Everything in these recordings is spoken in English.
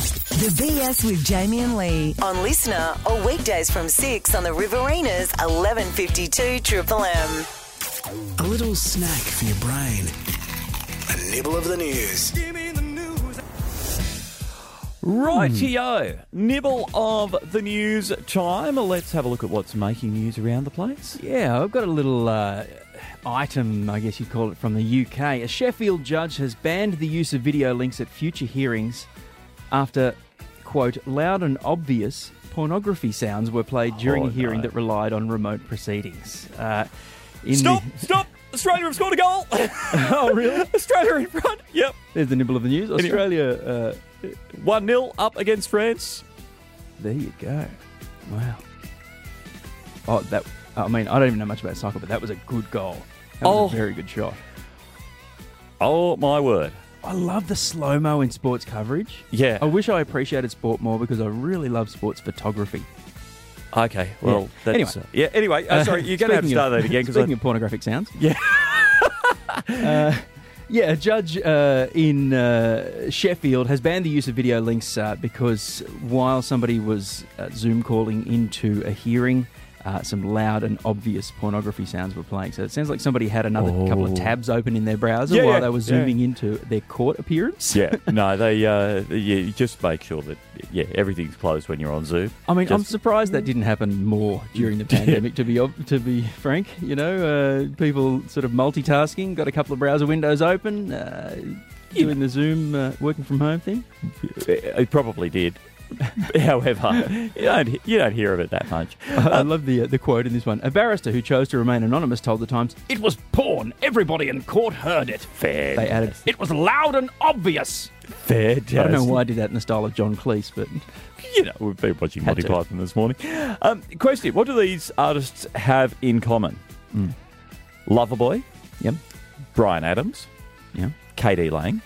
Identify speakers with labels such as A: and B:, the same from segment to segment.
A: The BS with Jamie and Lee on Listener or weekdays from 6 on the Riverina's 1152 Triple M.
B: A little snack for your brain. A nibble of the news.
C: Rightio, nibble of the news time. Let's have a look at what's making news around the place.
D: Yeah, I've got a little uh, item, I guess you'd call it, from the UK. A Sheffield judge has banned the use of video links at future hearings after, quote, loud and obvious pornography sounds were played during
C: Oh,
D: a hearing
C: no.
D: that relied on remote proceedings. Uh, in
C: Stop!
D: the-
C: Oh, Stop! Australia have scored a goal.
D: oh, really?
C: Australia in front. Yep,
D: There's the nibble of the news. Australia. Uh,
C: one 0 up against France.
D: there you go. Wow. Oh, that. I mean, I don't even know much about soccer, but that was a good goal. That was
C: Oh.
D: a very good shot.
C: Oh my word!
D: I love the slow mo in sports coverage.
C: Yeah.
D: I wish I appreciated sport more because I really love sports photography.
C: Okay, well,
D: Yeah.
C: that's
D: Anyway.
C: uh, yeah. Anyway, uh, sorry, you're going to have to
D: Speaking of-
C: start that again because
D: speaking
C: I
D: of pornographic sounds,
C: Yeah.
D: Uh, yeah, a judge uh, in uh, Sheffield has banned the use of video links uh, because while somebody was uh, Zoom calling into a hearing, uh, some loud and obvious pornography sounds were playing. So it sounds like somebody had another couple of
C: Oh.
D: tabs open in their browser
C: Yeah,
D: while
C: yeah,
D: they were
C: yeah.
D: zooming into their court appearance.
C: yeah. No, they uh, yeah, you just make sure that yeah everything's closed when you're on Zoom.
D: I mean, I'm
C: Just-
D: surprised that didn't happen more during the pandemic. To be ob- to be frank, you know, uh, people sort of multitasking, got a couple of browser windows open, uh, doing the Zoom uh, working from home thing.
C: It probably did. However, you don't, you don't hear of it that much.
D: I love the uh, the quote in this one. A barrister who chose to remain anonymous told the Times, "It was porn. Everybody in court heard it."
C: Fair.
D: They added, "It was loud and obvious."
C: Fair.
D: I don't know why I did that in the style of John Cleese, but
C: You know, we've been watching
D: Had
C: Monty
D: to.
C: Python this morning. Um, question: What do these artists have in common?
D: Hmm.
C: Loverboy,
D: yeah,
C: Brian Adams,
D: yeah,
C: Katie Lang,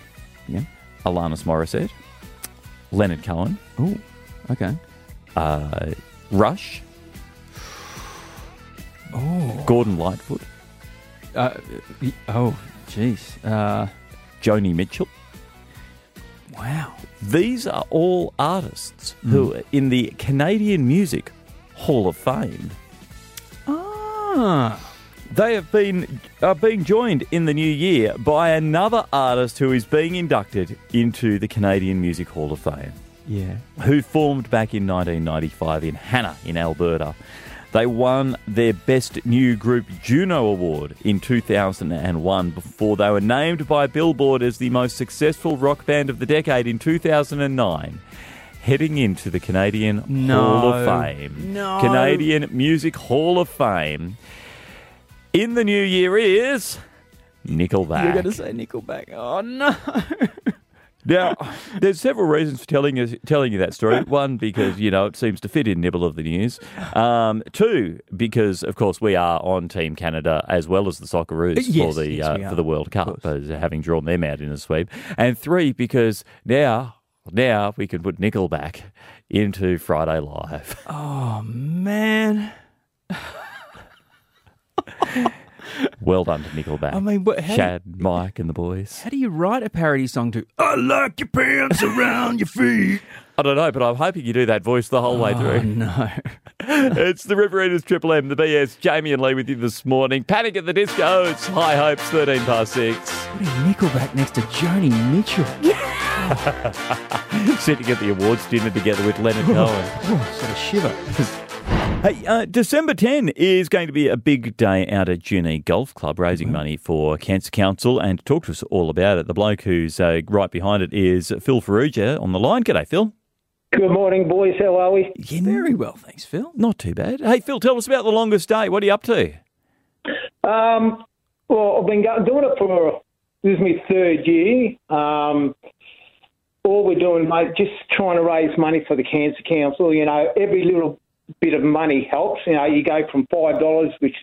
D: yeah.
C: Alanis Morissette, Leonard Cohen,
D: Oh, okay.
C: uh, Rush,
D: Oh,
C: Gordon Lightfoot,
D: uh, y- oh, jeez. Uh,
C: Joni Mitchell.
D: wow.
C: These are all artists who
D: Hmm.
C: are in the Canadian Music Hall of Fame.
D: Ah.
C: They have been are being joined in the new year by another artist who is being inducted into the Canadian Music Hall of Fame,
D: Yeah.
C: who formed back in 1995 in Hanna in Alberta. They won their Best New Group Juno Award in 2001 before they were named by Billboard as the most successful rock band of the decade in 2009. Heading into the Canadian
D: No.
C: Hall of Fame.
D: No.
C: Canadian Music Hall of Fame in the new year is Nickelback.
D: You're going to say Nickelback. Oh, no.
C: now, there's several reasons for telling you, telling you that story. One, because you know it seems to fit in nibble of the news. Um, two, because of course we are on Team Canada as well as the Socceroos
D: Yes,
C: for the
D: yes, we
C: uh,
D: are,
C: for the World Cup, as
D: course.
C: having drawn them out in a sweep. And three, because now now we can put Nickelback into Friday Live.
D: Man.
C: Well done to Nickelback.
D: I mean, what, how, do,
C: Chad, Mike, and the boys.
D: how do you write a parody song to, I like your pants around your feet?
C: I don't know, but I'm hoping you do that voice the whole way
D: Oh,
C: through.
D: no.
C: It's the Riverinas Triple M, the BS, Jamie and Lee with you this morning. Panic at the Disco, it's High Hopes, 13 past 6.
D: Putting Nickelback next to Joni Mitchell.
C: Sitting at the awards dinner together with Leonard Cohen.
D: Oh, sort of shiver.
C: Hey, uh, December 10 is going to be a big day out at Junee Golf Club, raising
D: Mm-hmm.
C: money for Cancer Council, and to talk to us all about it, the bloke who's uh, right behind it is Phil Ferrugia on the line. G'day, Phil.
E: Good morning, boys. How are we?
D: Very well, thanks, Phil.
C: Not too bad. Hey, Phil, tell us about the longest day. What are you up to?
E: Um, well, I've been go- doing it for this is my third year. Um, all we're doing, mate, just trying to raise money for the Cancer Council. You know, every little bit of money helps. You know, you go from five dollars, which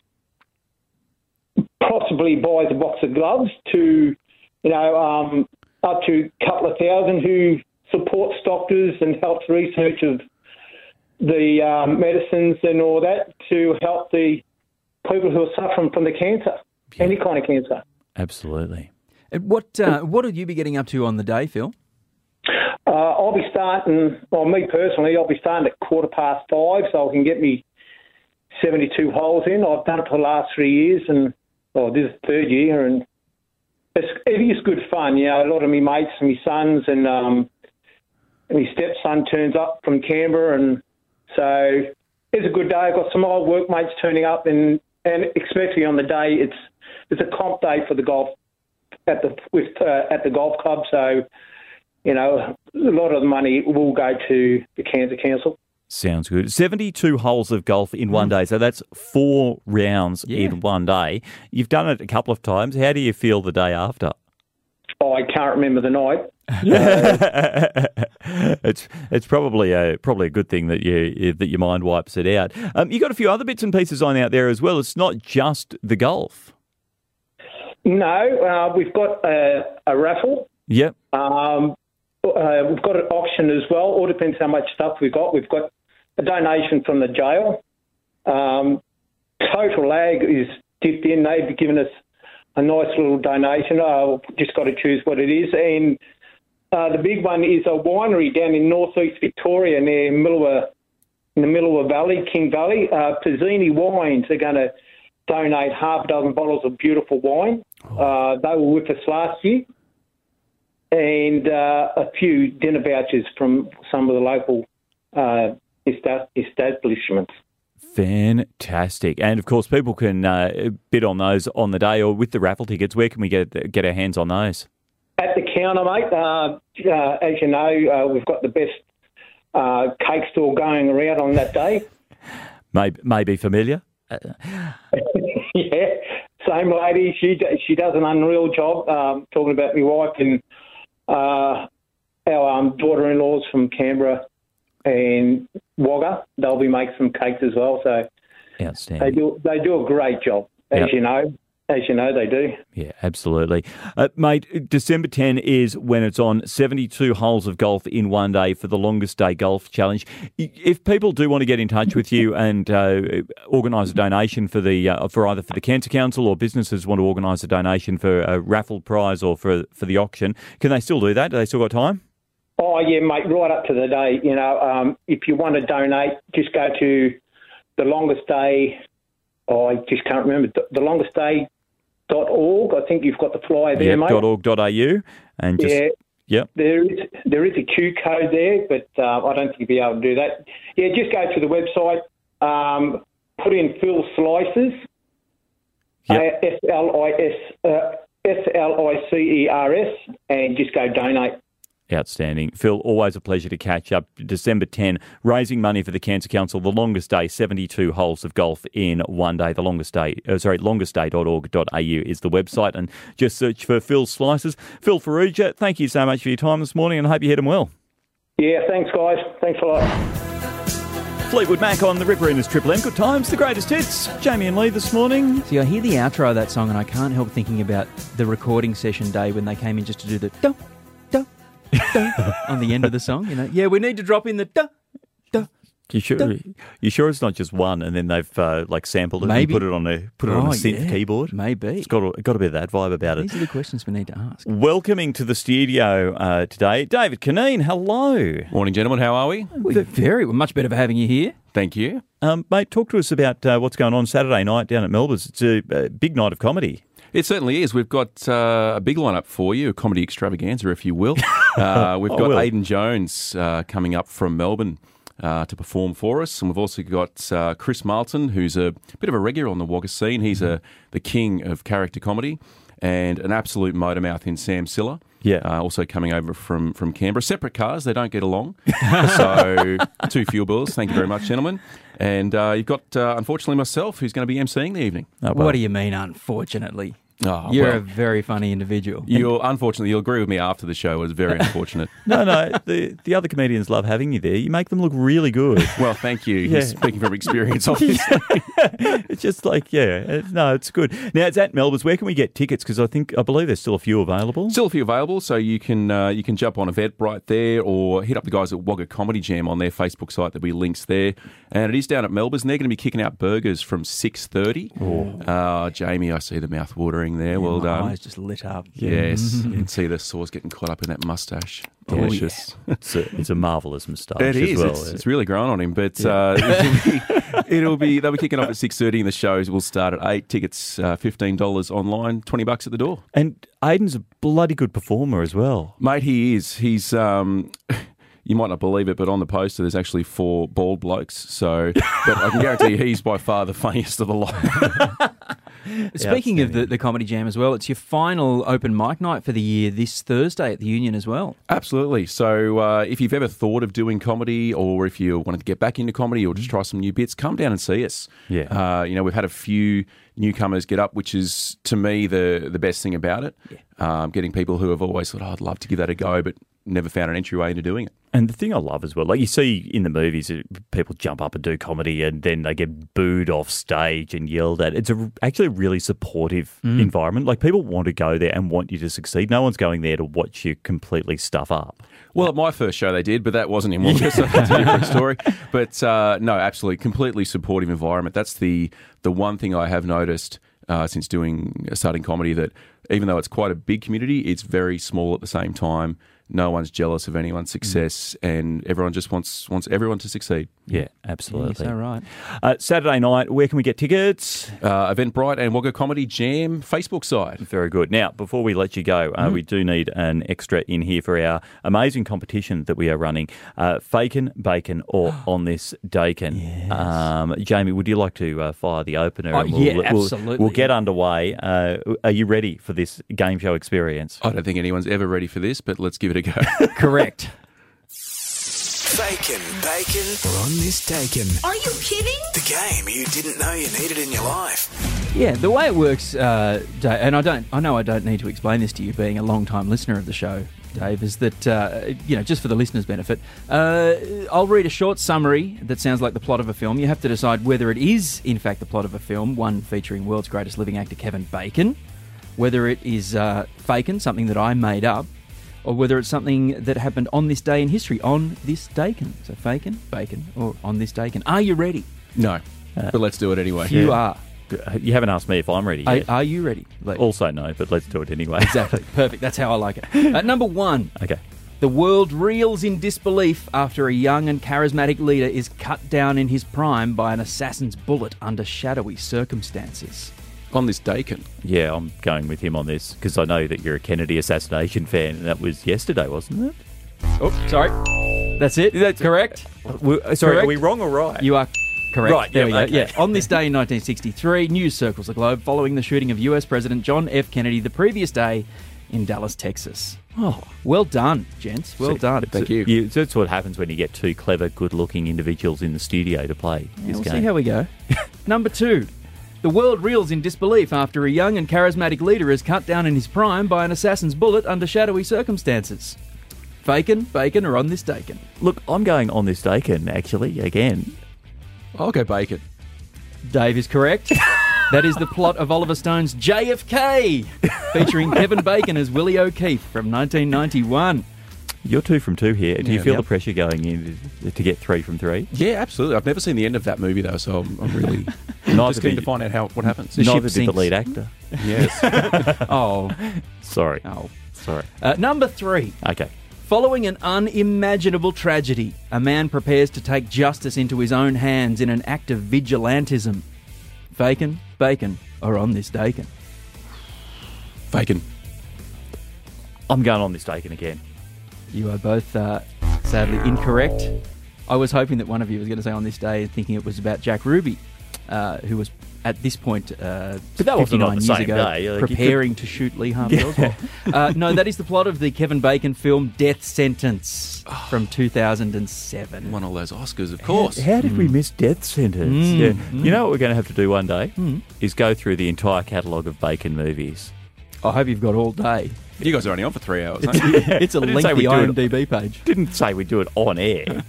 E: possibly buys a box of gloves, to you know, um, up to a couple of thousand who supports doctors and helps research of the um, medicines and all that to help the people who are suffering from the cancer, any kind of cancer.
C: Absolutely.
D: And What uh, what will you be getting up to on the day, Phil?
E: Uh, I'll be starting, well, me personally, I'll be starting at quarter past five so I can get me 72 holes in. I've done it for the last three years and, well, this is the third year and it's, it is good fun. You know, a lot of me mates and me sons and, um, and my stepson turns up from Canberra and so it's a good day. I've got some old workmates turning up and, and especially on the day, it's, it's a comp day for the golf at the, with, uh, at the golf club. So, you know, a lot of the money will go to the Cancer Council.
C: Sounds good. 72 holes of golf in one day. So that's four rounds
D: Yeah.
C: in one day. You've done it a couple of times. How do you feel the day after?
E: Oh, I can't remember the night.
C: it's it's probably a probably a good thing that you that your mind wipes it out. Um, you got a few other bits and pieces on out there as well. It's not just the golf.
E: No, uh, we've got a, a raffle.
C: Yep.
E: Um, uh, we've got an auction as well. All depends how much stuff we've got. We've got a donation from the jail. Um, Total Ag is dipped in. They've given us a nice little donation. I've just got to choose what it is. And uh, the big one is a winery down in northeast Victoria near Millawa, in the Millawa Valley, King Valley. Uh, Pizzini Wines are going to donate half a dozen bottles of beautiful wine. Uh, they were with us last year and uh, a few dinner vouchers from some of the local uh, esta- establishments.
C: Fantastic. And of course, people can uh, bid on those on the day or with the raffle tickets. Where can we get get our hands on those?
E: At the counter, mate, uh, uh, as you know, uh, we've got the best uh, cake store going around on that day.
C: May, may be familiar.
E: yeah, same lady. She d- she does an unreal job. Um, talking about my wife and uh, our um, daughter-in-laws from Canberra and Wagga. They'll be making some cakes as well. So they
C: Outstanding.
E: do they do a great job, as
C: Yeah.
E: you know, as you know they do.
C: Yeah, absolutely. Uh, mate, December 10 is when it's on 72 holes of golf in one day for the longest day golf challenge. I- If people do want to get in touch with you and uh, organise a donation for the uh, for either for the Cancer Council or businesses want to organise a donation for a raffle prize or for for the auction, can they still do that? Do they still got time?
E: Oh yeah, mate, right up to the day. You know, um, if you want to donate, just go to the longest day. Oh, I just can't remember th- the longest day. Dot org. I think you've got the flyer there,
C: Yep,
E: mate.
C: dot .org.au and just
E: Yeah,
C: yep.
E: there is there is a Q code there, but uh, I don't think you'll be able to do that. Yeah, just go to the website, um, put in Phil Slices,
C: Yep.
E: S L I S S L I C E R S, and just go donate.
C: Outstanding. Phil, always a pleasure to catch up. December 10, raising money for the Cancer Council, the longest day, 72 holes of golf in one day. The longest day, uh, sorry, longestday.org.au is the website. And just search for Phil Slices. Phil Faruja, thank you so much for your time this morning and I hope you hit him well.
E: Yeah, thanks guys. Thanks a lot.
C: Fleetwood Mac on the Ripper in his Triple M. Good times, the greatest hits. Jamie and Lee this morning.
D: See, I hear the outro of that song, and I can't help thinking about the recording session day when they came in just to do the da, da, da on the end of the song. You know, yeah, we need to drop in the da, da.
C: You sure? You sure it's not just one, and then they've uh, like sampled it
D: Maybe.
C: and put it on a put it on a
D: Oh,
C: synth
D: yeah.
C: keyboard?
D: Maybe.
C: It's got to, got to be that vibe about it.
D: These are the questions we need to ask.
C: Welcoming to the studio uh, today, David Caneen. Hello,
F: Morning, gentlemen. How are we?
D: We're very much better for having you here.
F: Thank you.
C: um, mate. Talk to us about uh, what's going on Saturday night down at Melbourne's. It's a, a big night of comedy.
F: It certainly is. We've got uh, a big lineup for you, a comedy extravaganza, if you will. Uh, we've
C: I
F: got
C: will.
F: Aidan Jones uh, coming up from Melbourne uh, to perform for us, and we've also got uh, Chris Martin, who's a bit of a regular on the Wagga scene. He's
C: Mm-hmm.
F: a the king of character comedy. And an absolute motor mouth in Sam Siller.
C: Yeah.
F: Uh, also coming over from, from Canberra. Separate cars, they don't get along. so, two fuel bills. Thank you very much, gentlemen. And uh, you've got, uh, unfortunately, myself, who's going to be emceeing the evening.
C: uh,
D: what do you mean, unfortunately?
F: Oh,
D: You're
F: well.
D: a very funny individual.
F: You'll unfortunately you'll agree with me after the show. It was very unfortunate.
C: No, no. the the other comedians love having you there. You make them look really good.
F: well, thank you.
C: Yeah.
F: You're Speaking from experience, obviously.
C: it's just like yeah, it, no, it's good. Now it's at Melbourne's. Where can we get tickets? Because I think I believe there's still a few available.
F: Still a few available, so you can uh, you can jump on Eventbrite there, or hit up the guys at Wagga Comedy Jam on their Facebook site. There'll be links there, and it is
C: Oh.
F: down at Melbourne's. And they're going to be kicking out burgers from six thirty. Ah, Jamie, I see the mouth watering. darling there. well
D: my
F: done.
D: eyes just lit up.
F: Yes, you can see the sauce getting caught up in that mustache.
C: Oh, yeah.
F: Delicious.
C: It's a, it's a marvelous moustache
F: It is.
C: as well.
F: it's, it's really growing on him. But uh, it'll, be, it'll be they'll be kicking off at six thirty, and the shows will start at eight. Tickets uh, fifteen dollars online, twenty bucks at the door.
C: and Aiden's a bloody good performer as well.
F: Mate, he is. He's. Um, you might not believe it, but on the poster there's actually four bald blokes. So, but I can guarantee you he's by far the funniest of the lot.
D: Speaking of the, the comedy jam as well, it's your final open mic night for the year this Thursday at the Union as well.
F: Absolutely. So, uh, if you've ever thought of doing comedy, or if you wanted to get back into comedy, or just try some new bits, come down and see us.
C: Yeah.
F: Uh, you know, we've had a few newcomers get up, which is to me the the best thing about it. Yeah. Um, getting people who have always thought, oh, I'd love to give that a go, but never found an entryway into doing it.
C: And the thing I love as well, like you see in the movies, uh, people jump up and do comedy and then they get booed off stage and yelled at. It's a, actually a really supportive environment. Like people want to go there and want you to succeed. No one's going there to watch you completely stuff up.
F: Well, at my first show they did, but that wasn't in Walker, so that's a different story. But uh, no, absolutely, completely supportive environment. That's the the one thing I have noticed uh, since doing starting comedy that even though it's quite a big community, it's very small at the same time. No one's jealous of anyone's success, and everyone just wants wants everyone to succeed.
C: Yeah, absolutely.
D: All right.
C: uh, Saturday night, where can we get tickets?
F: Uh, Eventbrite and Wagga Comedy Jam Facebook side.
C: Very good. Now, before we let you go, uh,
D: Mm-hmm.
C: we do need an extra in here for our amazing competition that we are running uh, Fakin, Bacon, or On This Dakin. Um, Jamie, would you like to uh, fire the opener?
D: Oh, yeah,
C: we'll,
D: absolutely.
C: We'll get underway. Uh, are you ready for this game show experience?
F: I don't think anyone's ever ready for this, but let's give it a go.
D: Correct.
B: Bacon, bacon, or on this taken.
G: Are you kidding?
B: The game you didn't know you needed in your life.
D: Yeah, the way it works, uh, Dave, and I don't, I know I don't need to explain this to you, being a long-time listener of the show, Dave, is that uh, you know, just for the listeners' benefit, uh, I'll read a short summary that sounds like the plot of a film. You have to decide whether it is, in fact, the plot of a film, one featuring world's greatest living actor Kevin Bacon, whether it is uh, Bacon, something that I made up, or whether it's something that happened on this day in history, on this Dakin. So, Bacon, Bacon, or on this Dakin. Are you ready?
F: no, but let's do it anyway.
D: You are.
C: You haven't asked me if I'm ready
D: Are,
C: yet.
D: are you ready? Like-
C: also, no, but let's do it anyway.
D: Exactly. Perfect. That's how I like it. At number one,
C: okay.
D: the world reels in disbelief after a young and charismatic leader is cut down in his prime by an assassin's bullet under shadowy circumstances.
F: On this Dakin.
C: Yeah, I'm going with him on this because I know that you're a Kennedy assassination fan, and that was yesterday, wasn't it?
D: Oh, sorry. That's it. That's correct.
C: We- uh, sorry,
D: Correct.
C: are we wrong or right?
D: You are correct.
C: Right,
D: There
C: yeah,
D: we go.
C: okay.
D: Yeah. On this day in 1963, news circles the globe following the shooting of US President John F. Kennedy the previous day in Dallas, Texas.
C: oh,
D: Well done, gents. Well done.
F: Thank you.
C: so that's what happens when you get two clever, good-looking individuals in the studio to play
D: Yeah,
C: this
D: we'll
C: game.
D: see how we go. Number two. The world reels in disbelief after a young and charismatic leader is cut down in his prime by an assassin's bullet under shadowy circumstances. Bacon, bacon, or on this dakin.
C: Look, I'm going on this Dakin actually again.
F: I'll go Bacon.
D: Dave is correct. that is the plot of Oliver Stone's JFK, featuring Kevin Bacon as Willie O'Keefe from 1991.
C: You're two from two here. Do you
F: Yeah.
C: feel
F: Yep.
C: the pressure going in to- to get three from three?
F: Yeah, absolutely. I've never seen the end of that movie though, so I'm, I'm really
C: Neither
F: just keen
C: did-
F: to find out how what happens.
D: ship
C: Neither did
D: sinks.
C: the lead actor.
F: Yes.
D: Oh,
C: Sorry,
D: oh.
C: sorry.
D: Uh, number three.
C: Okay,
D: Following an unimaginable tragedy, a man prepares to take justice into his own hands in an act of vigilantism. Bacon, bacon, or on this dakin.
F: Bacon.
C: I'm going on this Dakin again.
D: You are both uh, sadly incorrect. I was hoping that one of you was going to say on this day, thinking it was about Jack Ruby, uh, who was at this point, uh,
C: But that wasn't
D: 59
C: on the
D: years
C: same
D: ago,
C: day, like, you could-
D: preparing to shoot Lee Harvey Oswald. Uh, no, that is the plot of the Kevin Bacon film Death Sentence from 2007.
F: Won all those Oscars, of course.
C: How did we miss Death Sentence?
D: Mm,
C: yeah. Hmm. You know what we're going to have to do one day is go through the entire catalogue of Bacon movies.
D: I hope you've got all day.
F: You guys are only on for three hours, aren't you?
D: It's a
C: I didn't say
D: lengthy
C: we do it.
D: IMDb page.
C: Didn't say we do it on air.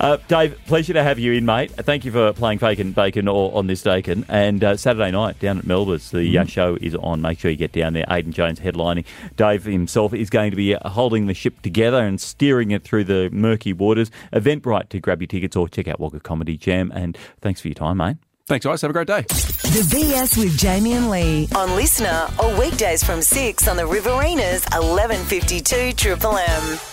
C: Uh, Dave, pleasure to have you in, mate. Thank you for playing Fake and Bacon or on this Dakin. And uh, Saturday night down at Melbourne's, the uh, show is on. Make sure you get down there. Aidan Jones headlining. Dave himself is going to be uh, holding the ship together and steering it through the murky waters. Eventbrite to grab your tickets or check out Walker Comedy Jam. And thanks for your time, mate.
F: Thanks, guys. Have a great day.
A: The BS with Jamie and Lee on Listener or weekdays from 6 on the Riverinas 1152 Triple M.